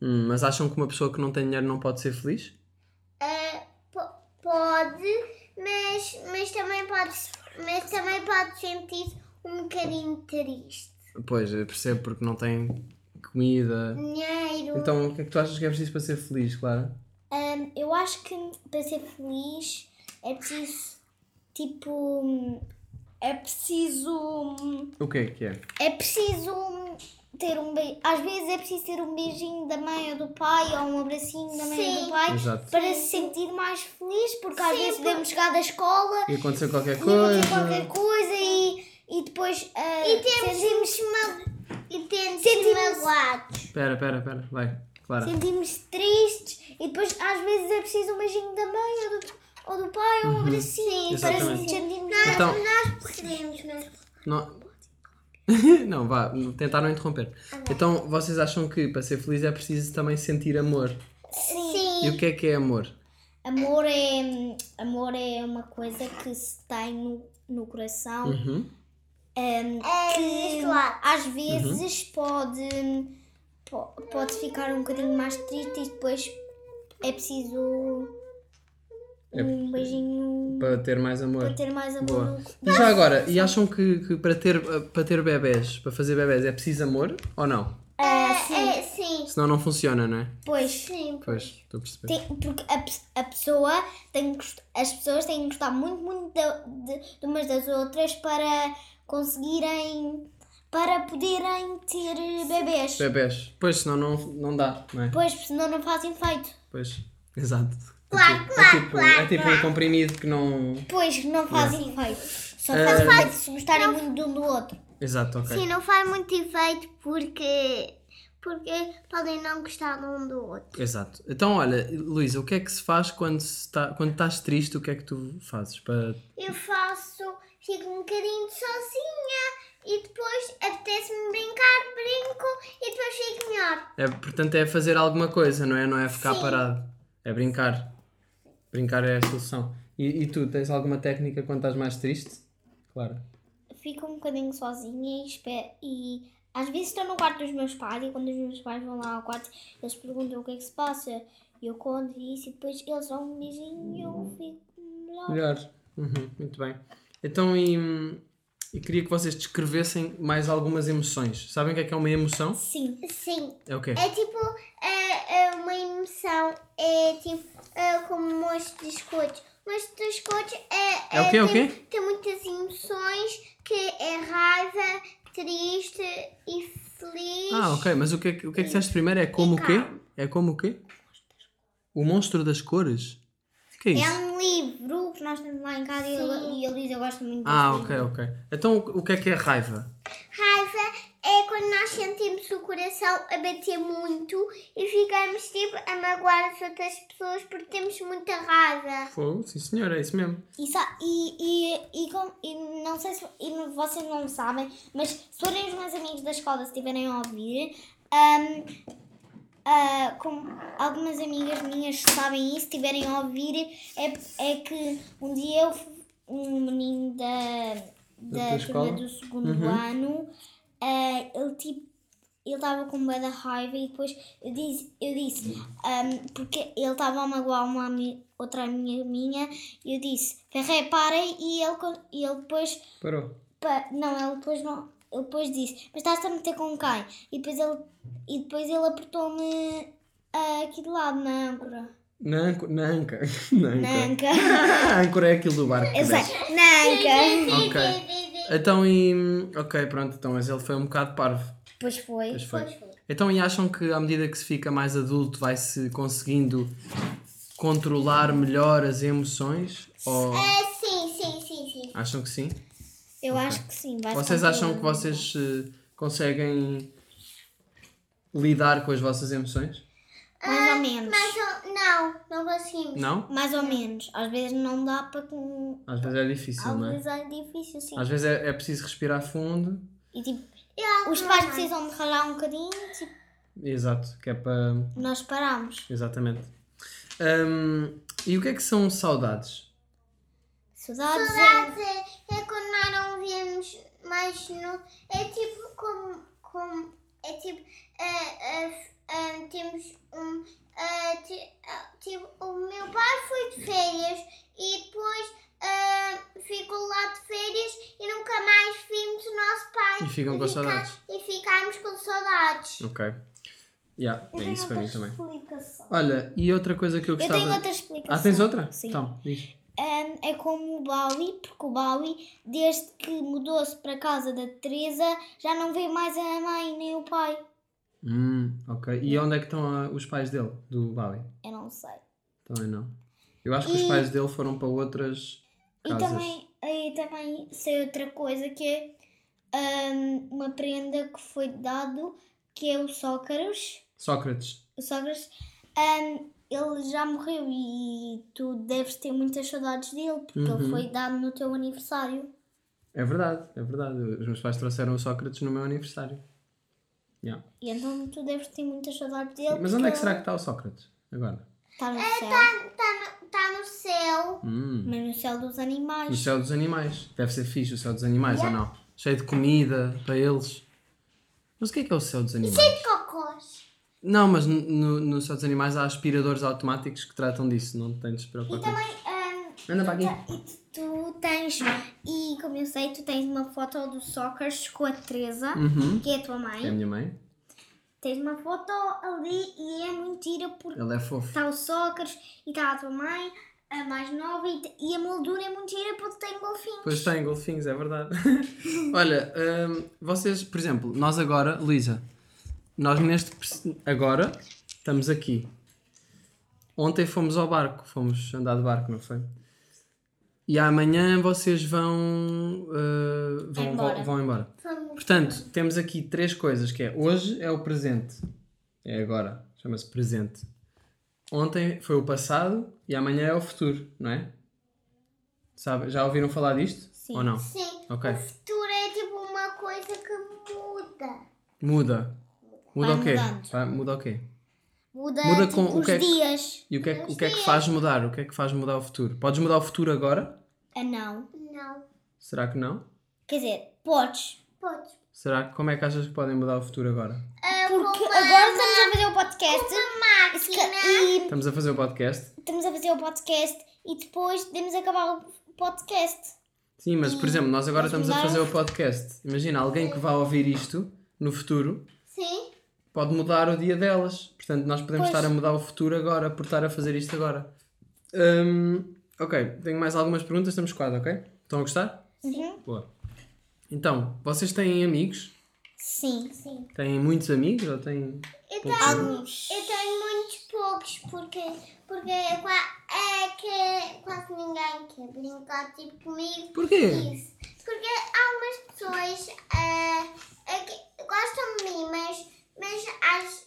Hum, mas acham que uma pessoa que não tem dinheiro não pode ser feliz? Uh, po- pode, mas, mas, também pode, mas também pode sentir um bocadinho triste. Pois, eu percebo porque não tem comida. Dinheiro. Então, o que é que tu achas que é preciso para ser feliz, Clara? Hum, eu acho que para ser feliz é preciso, tipo, é preciso, O que é que é? é preciso ter um beijinho, às vezes é preciso ter um beijinho da mãe ou do pai ou um abracinho da mãe ou do pai Exato. para se sentir mais feliz, porque às vezes podemos chegar da escola E aconteceu qualquer e fazer coisa. qualquer coisa e, e depois e sentimos, e temos magoados. Espera, espera, espera. Vai, Clara. Sentimos tristes e depois às vezes é preciso um beijinho da mãe ou do, ou do pai ou um abracinho para nos Uhum. Exatamente. sentirmos Então- nós podemos, mas Não, não vá, tentaram interromper. Então, vocês acham que para ser feliz é preciso também sentir amor? sim. E o que é que é amor? Amor é, amor é uma coisa que se tem no, no coração Uhum. É que às vezes Uhum. pode, po- pode ficar um bocadinho mais triste e depois é preciso É um beijinho Para ter mais para amor. ter mais amor. Boa. no- E já agora, e acham que, que para, ter, eh, para ter bebés, para fazer bebés, é preciso amor ou não? Ah, sim, Senão não funciona, não é? pois. Pois, estou a perceber. Tem- porque a, pe- a pessoa tem que gost- as pessoas têm que gostar muito, muito da- de, de umas das outras para conseguirem, para poderem ter eh, bebês. Bebés. é Pois, senão não, não dá, não é? Pois, porque senão não fazem feito. Pois, exato. Claro, é tipo, claro, é tipo, claro, é tipo um comprimido que não. Pois, não fazem feito. Só Ah, fazem feito se gostarem muito de um do outro. Exato, ok. Sim, não faz muito efeito porque, porque podem não gostar um do outro. Exato. Então, olha, Luísa, o que é que se faz quando, se tá- quando estás triste? O que é que tu fazes? Para... Eu faço, fico um bocadinho sozinha e depois apetece-me brincar, brinco e depois fico melhor. É, portanto, é fazer alguma coisa, não é? Não é ficar parado. É brincar. Brincar é a solução. E, e tu, tens alguma técnica quando estás mais triste? Claro. Fico um bocadinho é sozinha e, espero, e às vezes estou no quarto dos meus pais e quando os meus pais vão lá ao quarto eles perguntam o que é que se passa. E eu conto isso e depois eles dão um beijinho e eu fico melhor. Melhor. Uhum, muito bem. Então, e, e queria que vocês descrevessem mais algumas emoções. Sabem o que é que é uma emoção? Sim. Sim, É o quê? é tipo é, é uma emoção, é tipo é como um monte de escotes. Um monte de escotes é, É o quê, é o tem, quê? tem muitas emoções que é raiva, triste e feliz. Ah, ok. Mas o que é que, o que, é que disseste primeiro? É como o quê? É como o quê? O monstro das cores? O que é isso? É um livro que nós temos lá em casa e eu- e a Luísa gosta muito Ah, desse ok, livro. ok. Então o o que é que é raiva? Raiva é quando nós sentimos o coração a bater muito e ficamos tipo a magoar as outras pessoas porque temos muita raiva. Fogo, sim senhor, é isso mesmo. E, sa- e, e, e, com- e não sei se e não- vocês não sabem, mas se forem os meus amigos da escola, se estiverem a ouvir, ahm, ah, como algumas amigas minhas sabem isso, se estiverem a ouvir, é, é que um dia eu, fu- um menino da, tua da turma escola? do segundo Uhum. ano, ah, ele tipo ele estava com bué da raiva e depois eu disse, eu disse ahm, porque ele estava a magoar uma ami- outra amiga minha e eu disse, Ferré, parem e ele, con- e ele depois, Parou. pa- não, ele depois não, ele depois disse, mas estás-te a meter com quem? E depois ele, e depois ele apertou-me ah, aqui de lado na âncora. Na, anco- na anca. Na Na anca. anca. A âncora é aquilo do barco. que Eu sei, desce. na anca. Ok. Então e. Ok, pronto, então, mas ele foi um bocado parvo. Pois foi. Pois foi. Então e acham que à medida que se fica mais adulto vai-se conseguindo controlar melhor as emoções? Ou É. sim, sim, sim, sim. acham que sim? Eu acho que sim. vai Vocês ficar acham que melhor. vocês eh, conseguem lidar com as vossas emoções? Mais ou menos. Mas eu- não, não conseguimos. Não? Mais ou menos. Às vezes não dá para um, com Às vezes é difícil, não é? Alguns é difícil, sim. Às vezes é, é preciso respirar fundo. E tipo, Eu- os pais precisam de ralar um bocadinho, tipo, Exato, que é para. nós paramos. Exatamente. Hum, e o que é que são saudades? Saudades. Saudades é, é quando nós não vemos mais no. É tipo como. como é tipo. eh, é, é, é, temos um. eh, é, ti- é, tipo, o meu pai foi de férias e eh, depois é, ficou lá de férias e nunca mais vimos o nosso pai. E ficam com ficar- saudades. E ficarmos com saudades. Ok. Yeah, é isso para mim também. Explicação. Olha, e outra coisa que eu Eu gostava. tenho outra explicação. Ah, tens outra? Sim. Então, diz. Ahm, é como o Bowie, porque o Bowie, desde que mudou-se para casa da Teresa, já não vê mais a mãe nem o pai. Hum, ok. E onde é que estão ah, os pais dele, do Bali? Eu não sei. Também não. Eu acho que os E- pais dele foram para outras E casas. também, e também sei outra coisa que é ahm, ehm, uma prenda que foi dado, que é o Sócrates. Sócrates. O Sócrates, ahm, ele já morreu e tu deves ter muitas saudades dele, porque Uhum. ele foi dado no teu aniversário. É verdade, é verdade. Os meus pais trouxeram o Sócrates no meu aniversário. Yeah. E então tu deves ter muitas saudades dele. Mas onde é que será que está o Sócrates? Agora. Está Tá no céu, Está no céu. Hum. tá mas no céu dos animais. O céu dos animais. Deve ser fixe o céu dos animais, ou não? Cheio de comida para eles. Mas o que é que é o céu dos animais? Cocós. Não, mas no, no, no céu dos animais há aspiradores automáticos que tratam disso. Não tens de se preocupar com isso. Anda para aqui. E tu- tu tens, e como eu sei, tu tens uma foto do Sócrates com a Teresa, Uhum. que é a tua É a mãe. minha mãe. Tens uma foto ali e é mentira porque Ele é fofo. está o Sócrates e está a tua mãe, a mais nova, e, te- e a moldura é mentira porque tem golfinhos. Pois tem golfinhos, é verdade. Olha, hum, vocês, por exemplo, nós agora, Luísa, nós neste. preci- Agora estamos aqui. Ontem fomos ao barco, fomos andar de barco, não foi? E amanhã vocês vão. uh, vão, Embora. vão embora. Portanto, temos aqui três coisas: que é hoje é o presente, é agora, chama-se presente. Ontem foi o passado e amanhã é o futuro, não é? Sabe, já ouviram falar disto? Sim. Ou não? Sim. Ok. Futuro é tipo uma coisa que muda. Muda. Muda Vai o quê? mudando. Vai- muda o quê? Muda, Muda tipo, com o os que é que- dias. E o que, é, que- o que é que faz mudar? O que é que faz mudar o futuro? Podes mudar o futuro agora? Ah, não. Não. Será que não? Quer dizer, podes. Podes. Será que como é que achas que podem mudar o futuro agora? Porque agora estamos a fazer o podcast e se ca- e Estamos a fazer o podcast? estamos a fazer o podcast e depois podemos acabar o podcast. Sim, mas por exemplo, nós agora Podes estamos a mudar? fazer o podcast. Imagina, alguém que vá ouvir isto no futuro Sim. pode mudar o dia delas. Portanto, nós podemos Pois. estar a mudar o futuro agora por estar a fazer isto agora. Hum, ok, tenho mais algumas perguntas, estamos quase, ok? Estão a gostar? Uhum. Boa. Então, vocês têm amigos? Sim. Sim. Têm muitos amigos ou têm. poucos amigos? Alguns. Eu tenho muitos poucos porque, porque é, qua- é que quase ninguém quer brincar tipo comigo. Porquê? Isso. Porque algumas pessoas ah, é que gostam de mim, mas, mas as-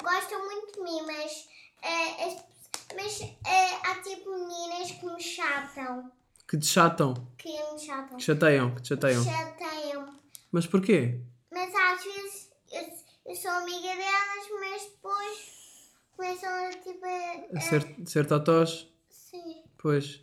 gostam muito de mim, mas, ah, as- mas ah, há tipo meninas que me chatam. Que te chatam, Que é um me chatam. que chateiam, que te chateiam. Chateiam. Mas porquê? Mas às vezes eu, eu sou amiga delas, mas depois começam a tipo. a- A Ser, ser totós? Sim. Pois.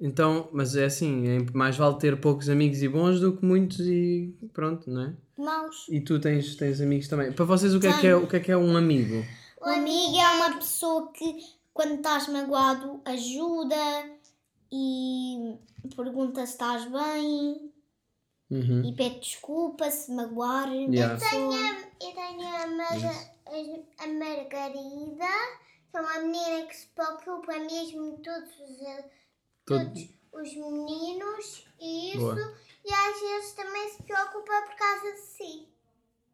Então, mas é assim, é mais vale ter poucos amigos e bons do que muitos e pronto, não é? Maus. E tu tens, tens amigos também. Para vocês, o que, é que é, o que é que é um amigo? O amigo é uma pessoa que, quando estás magoado, ajuda e pergunta se estás bem Uhum. e pede desculpa se magoar. Yeah. Eu tenho a, Marga- a Margarida, que é uma menina que se preocupa mesmo de todos os, Todo- os meninos e isso. Boa. E às vezes também se preocupa por causa de si.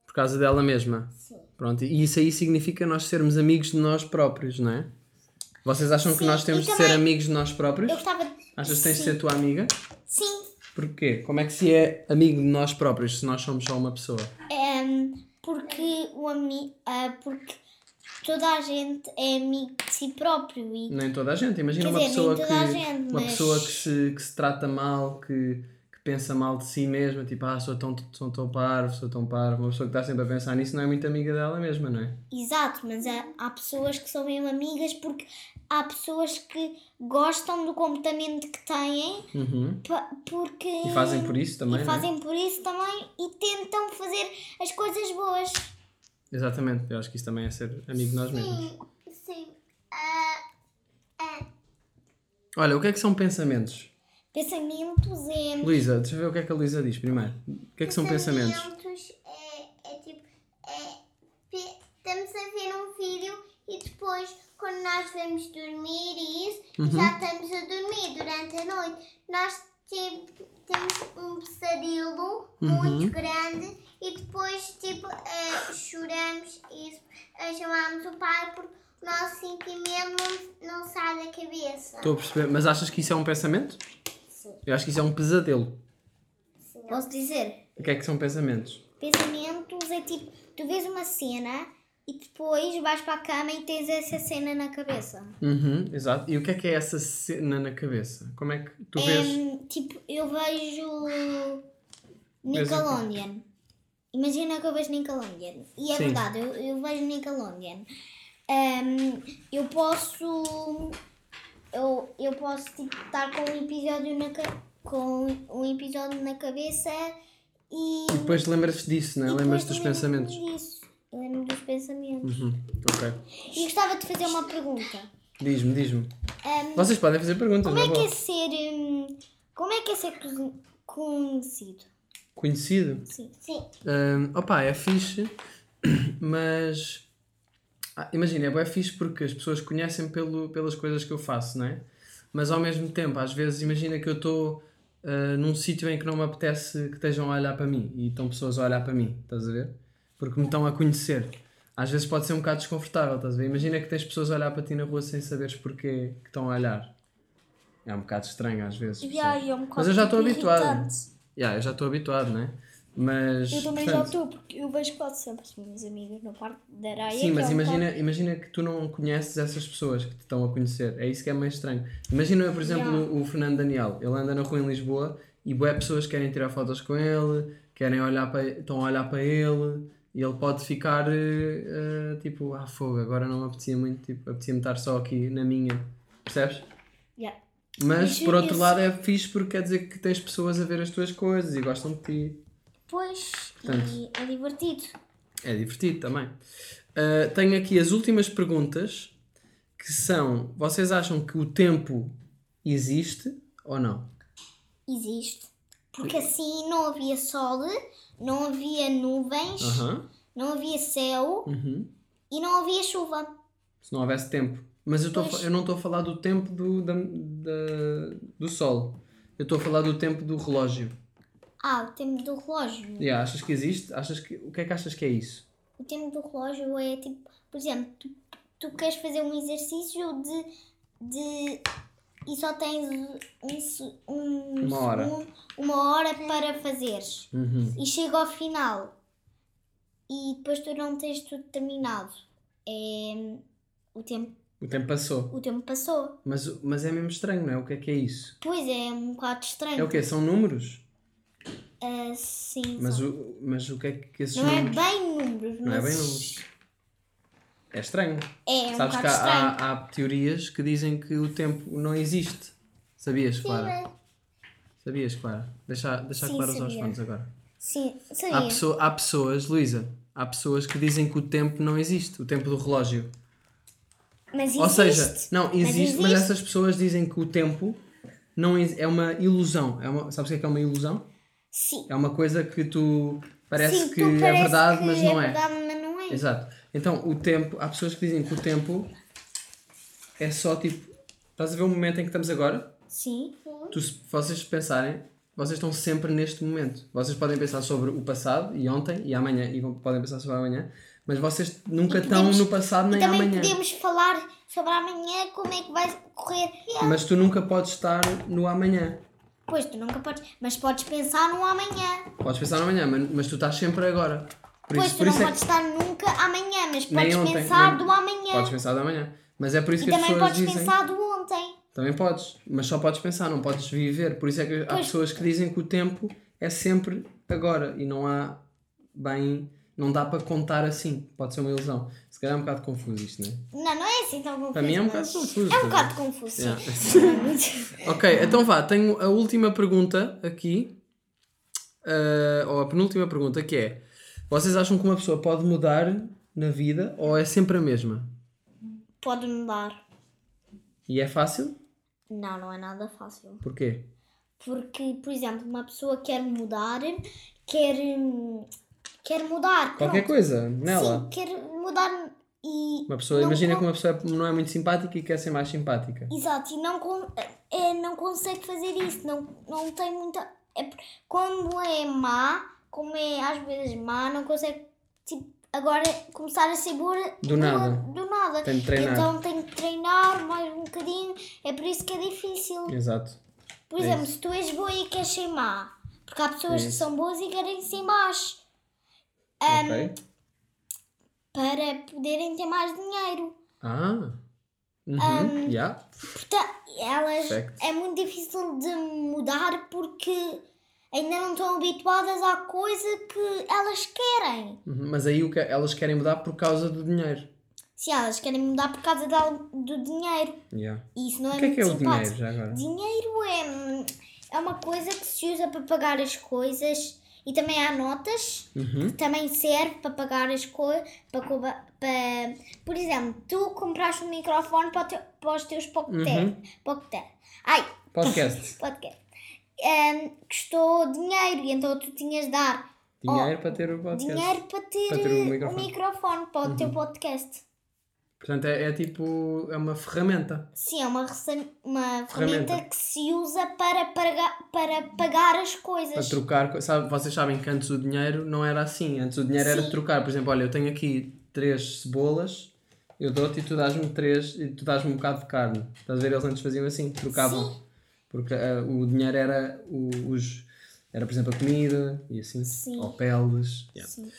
Por causa dela mesma. Sim. Pronto, e isso aí significa nós sermos amigos de nós próprios, não é? Vocês acham que Sim, nós temos e de ser também- amigos de nós próprios? Eu gostava de. Achas que tens de Sim. ser tua amiga? Sim. Porquê? Como é que se é amigo de nós próprios se nós somos só uma pessoa? Ehm, porque, o ami ah, porque toda a gente é amigo de si próprio e Nem toda a gente. Imagina Quer uma dizer, pessoa, nem que, toda a gente, uma mas- pessoa que, se, que se trata mal, que, que pensa mal de si mesma, tipo, ah, sou tão, sou tão parvo, sou tão parvo. Uma pessoa que está sempre a pensar nisso não é muito amiga dela mesma, não é? Exato, mas há, há pessoas que são mesmo amigas porque há pessoas que gostam do comportamento que têm Uhum. pa- porque. E fazem por isso também, E não é? fazem por isso também e tentam fazer as coisas boas. Exatamente. Eu acho que isso também é ser amigo de nós mesmos. Sim. Sim. Ah, Olha, o que é que são pensamentos? Pensamentos é. Luísa, deixa eu ver o que é que a Luísa diz primeiro. O que é que são pensamentos? Pensamentos é, é tipo. É, pe- estamos a ver um vídeo e depois, quando nós vamos dormir e isso, Uhum. já estamos a dormir durante a noite. Nós tipo, temos um pesadelo Uhum. muito grande e depois, tipo, é, choramos e isso, é, chamamos o pai porque o nosso sentimento não, não sai da cabeça. Estou a perceber, mas achas que isso é um pensamento? Sim. Eu acho que isso é um pesadelo. Posso dizer? O que é que são pensamentos? Pensamentos é tipo, tu vês uma cena e depois vais para a cama e tens essa cena na cabeça. Uhum, exato. E o que é que é essa cena na cabeça? Como é que tu vês? Hum, tipo, eu vejo Vês o quê? Nickelodeon. Imagina que eu vejo Nickelodeon. E é Sim. verdade, eu, eu vejo Nickelodeon. Hum, eu posso. Eu, eu posso tipo, estar com um episódio na ca- com um episódio na cabeça e. E depois lembras-te disso, não é? e Lembras-te dos depois pensamentos. lembro-me disso. Eu Lembro-me dos pensamentos. Uhum, ok. E gostava de fazer uma pergunta. Diz-me, diz-me. Vocês podem fazer perguntas, Como não é que é ser. hum, como é que é ser cozi- conhecido? Conhecido? Sim. Hum, opa, é fixe, mas ah, imagina, é bué fixe porque as pessoas conhecem pelo, pelas coisas que eu faço, não é? Mas ao mesmo tempo, às vezes, imagina que eu estou ah, num sítio em que não me apetece que estejam a olhar para mim e estão pessoas a olhar para mim, estás a ver? Porque me estão a conhecer. Às vezes pode ser um bocado desconfortável, estás a ver? Imagina que tens pessoas a olhar para ti na rua sem saberes porquê que estão a olhar. É um bocado estranho às vezes. percebes? é um Mas eu já estou habituado. Yeah, eu já estou habituado, não é? Mas. Eu também já portanto, estou, porque eu vejo quase sempre as minhas amigas no parque da areia. Sim, que mas é um imagina, imagina que tu não conheces essas pessoas que te estão a conhecer. É isso que é mais estranho. Imagina, eu, por exemplo, Yeah. o, o Fernando Daniel. Ele anda na rua em Lisboa e boé pessoas querem tirar fotos com ele, querem olhar para, estão a olhar para ele e ele pode ficar eh, eh, tipo, ah, fogo, agora não me apetecia muito, tipo, apetecia-me estar só aqui na minha. Percebes? Yeah. Mas, Mas por outro isso- lado é fixe porque quer dizer que tens pessoas a ver as tuas coisas e gostam de ti. Pois, e Portanto. é divertido. É divertido também. Uh, tenho aqui as últimas perguntas que são: vocês acham que o tempo existe ou não? Existe. Porque assim não havia sol, não havia nuvens, Aham. não havia céu Uhum. e não havia chuva. Se não houvesse tempo. Mas eu, estou a fa- Pois. eu não estou a falar do tempo do, da- da- do sol. Eu estou a falar do tempo do relógio. Ah, o tempo do relógio. Yeah, achas que existe? Achas que, o que é que achas que é isso? O tempo do relógio é tipo, por exemplo, tu, tu queres fazer um exercício de, de e só tens um, se- um Uma hora. segundo- uma hora para fazeres. Uhum. E chega ao final e depois tu não tens tudo terminado. É, o, tempo, O tempo passou. o tempo passou. Mas, mas é mesmo estranho, não é? O que é que é isso? Pois é, um bocado É estranho. o quê? São números? Ah, sim, Mas só. o, mas o que é que esses não é números. bem números, Não é mas bem números. É estranho. é um Sabes bocado que há, estranho. há- há teorias que dizem que o tempo não existe. Sabias, Clara? Sabias, Clara? Deixa, deixa a é. Sim, Clara usar os sabia. fones agora. Sim, é. Há, sabia. pesso- há pessoas, Luísa, há pessoas que dizem que o tempo não existe, o tempo do relógio. Mas Ou seja, existe. não, Mas existe, mas, existe. essas pessoas dizem que o tempo não ex- é uma ilusão. É uma, sabes o que é que é uma ilusão? Sim. É uma coisa que tu parece Sim, que tu é parece verdade, que mas não é. verdade, mas não é. Exato. Então, o tempo, há pessoas que dizem que o tempo é só tipo. Estás a ver o momento em que estamos agora? Sim. Tu, se vocês pensarem, vocês estão sempre neste momento. Vocês podem pensar sobre o passado e ontem e amanhã, e vão- podem pensar sobre amanhã, mas vocês nunca E estão podemos- no passado E nem também é amanhã. podemos falar sobre amanhã, como é que vai correr. Mas tu nunca podes estar no amanhã. Pois, tu nunca podes, mas podes pensar no amanhã. Podes pensar no amanhã, mas, mas tu estás sempre agora. Por pois, isso, tu por não isso é podes que estar nunca amanhã, mas Nem podes ontem, pensar nem- do amanhã. podes pensar do amanhã. Mas é por isso e que as também pessoas podes dizem. pensar do ontem. Também podes, mas só podes pensar, não podes viver. Por isso é que há Pois. pessoas que dizem que o tempo é sempre agora e não há bem. não dá para contar assim. Pode ser uma ilusão. Se calhar é um bocado confuso isto, não é? Não, não é assim tão confuso. Para mim é um mas- bocado confuso. É um também. bocado confuso. sim. Yeah. Muito. Ok, então vá, tenho a última pergunta aqui, ah, ou a penúltima pergunta, que é: vocês acham que uma pessoa pode mudar na vida ou é sempre a mesma? Pode mudar. E é fácil? Não, não é nada fácil. Porquê? Porque, por exemplo, uma pessoa quer mudar, quer, hum, quer mudar. Qualquer pronto. coisa nela. Sim, quer mudar e. Uma pessoa, não imagina que con- uma pessoa não é muito simpática e quer ser mais simpática. Exato, e não, con- é, não consegue fazer isso, não, não tem muita. É, por- como é má, como é às vezes má, não consegue tipo, agora começar a ser boa Do nada. do nada. Tem de treinar. Então tem que treinar mais um bocadinho, é por isso que é difícil. Exato. Por É exemplo, isso. se tu és boa e queres ser má, porque há pessoas É que isso. são boas e querem ser más Hum, Ok. para poderem ter mais dinheiro. Ah. hum. Uhum. yeah. Portanto, elas Perfecto. é muito difícil de mudar porque ainda não estão habituadas à coisa que elas querem. Uhum. Mas aí o que elas querem mudar por causa do dinheiro. Se elas querem mudar por causa da- do dinheiro. Yeah. E isso não é O que é muito que é o dinheiro simpático. já agora? Dinheiro é, hum, é uma coisa que se usa para pagar as coisas e também há notas Uhum. que também serve para pagar as coisas. Para, cobra- para- por exemplo, tu compraste um microfone para, o teu- para os teus pocketers. Uhum. Pocketers. Ai, Podcast. podcast. Hum, custou dinheiro e então tu tinhas de dar Dinheiro para ter o podcast. Oh, dinheiro para ter, Para ter o eh, o microfone. Uhum. microfone para o teu podcast. Portanto, é, é tipo, é uma ferramenta. Sim, é uma, recen- uma Ferramenta. ferramenta que se usa para, pagar- para pagar as Para coisas. trocar, co- sabe, vocês sabem que antes o dinheiro não era assim. Antes o dinheiro era Sim. trocar. Por exemplo, olha, eu tenho aqui três cebolas, eu dou-te e tu dás-me três, e tu dás-me um bocado de carne. Estás a ver? Eles antes faziam assim, trocavam. Porque ah, o dinheiro era o- os. Era, por exemplo, a comida e assim, Sim. ou peles. Yeah. Sim.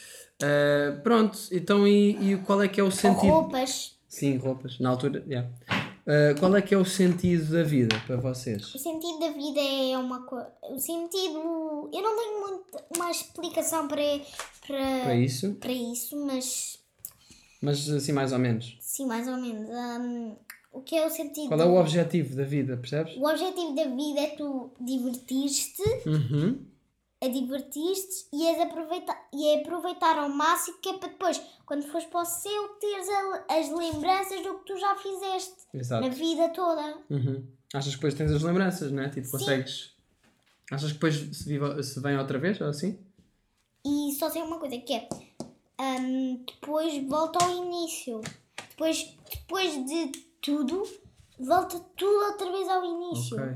Ah, pronto, então e, e qual é que é o Ou sentido? roupas. Sim, roupas. Na altura, yeah. Ah, qual é que é o sentido da vida para vocês? O sentido da vida é uma coisa. O sentido. Eu não tenho muito uma explicação para, para, Para isso? para isso, mas Mas assim, mais ou menos. sim, mais ou menos. Hum, o que é o sentido? Qual é o objetivo da vida, percebes? O objetivo da vida é tu divertir-te, Uhum. a divertir-te e, és aproveitar, e é aproveitar ao máximo que é para depois, quando fores para o céu, teres a- as lembranças do que tu já fizeste na Exato. vida toda. Uhum. Achas que depois tens as lembranças, não é? Tipo, consegues. Achas que depois se, vive- se vem outra vez ou assim? E só sei uma coisa que é hum, depois volta ao início. Depois, depois de tudo, volta tudo outra vez ao início. Ok.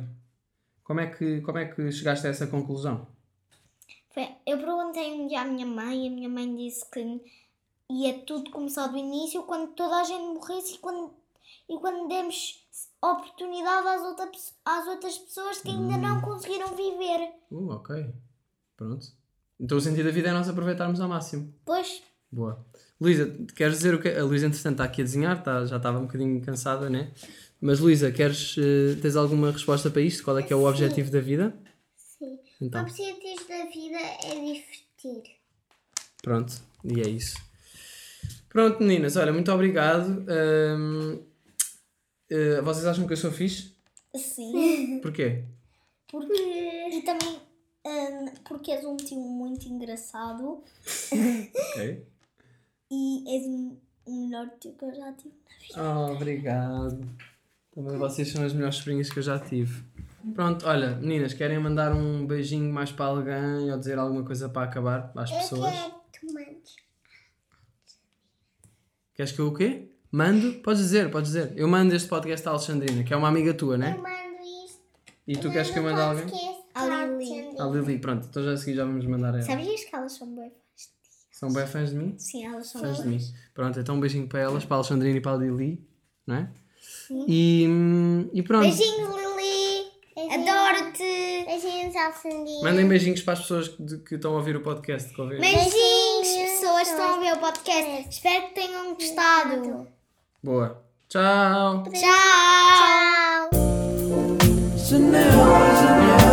Como é, que, como é que chegaste a essa conclusão? Foi- Eu perguntei um dia à minha mãe e a minha mãe disse que ia tudo começar do início quando toda a gente morresse e quando, e quando demos oportunidade às, outra, pes- às outras pessoas que ainda Hum. não conseguiram viver. Uh, ok. Pronto. Então o sentido da vida é nós aproveitarmos ao máximo. Pois, Boa. Luísa, queres dizer o que A Luísa, entretanto, está aqui a desenhar, tá- já estava um bocadinho cansada, né? Mas, Luísa, queres. eh, tens alguma resposta para isto? Qual é que é o objetivo da vida? Sim. Então, O objetivo da vida é divertir. pronto. E é isso. Pronto, meninas, olha, muito obrigado. Ahm, eh, vocês acham que eu sou fixe? sim. Porquê? Porque, e também hum, porque és um tio muito engraçado Ok. e és um- o melhor tio que eu já tive. Oh, obrigado. Também vocês são as melhores sobrinhas que eu já tive. Pronto, olha, meninas, querem mandar um beijinho mais para alguém ou dizer alguma coisa para acabar às pessoas? Tu mandes. Queres que eu o quê? Mando? Podes dizer, podes dizer. Eu mando este podcast à Alexandrina, que é uma amiga tua, né? Eu mando isto. E tu queres que eu mande a alguém? A A Lili. Lili. A Lili, pronto, então já a seguir já vamos mandar a ela. Sabias que elas são bem fãs? São bem fãs de mim? Sim, elas são Fãs de bem mim. Pronto, então um beijinho para elas, para a Alexandrina e para a Lili, não é? E, hum, e pronto. Beijinhos, Lili! Adoro-te! Beijinhos, Alcindinha. Mandem beijinhos para as pessoas que, de- que estão a ouvir o podcast. Que ouvem. Beijinhos, pessoas que estão a ver o podcast. Espero que tenham gostado. Boa. Tchau! Tchau. Tchau. Janela, janela.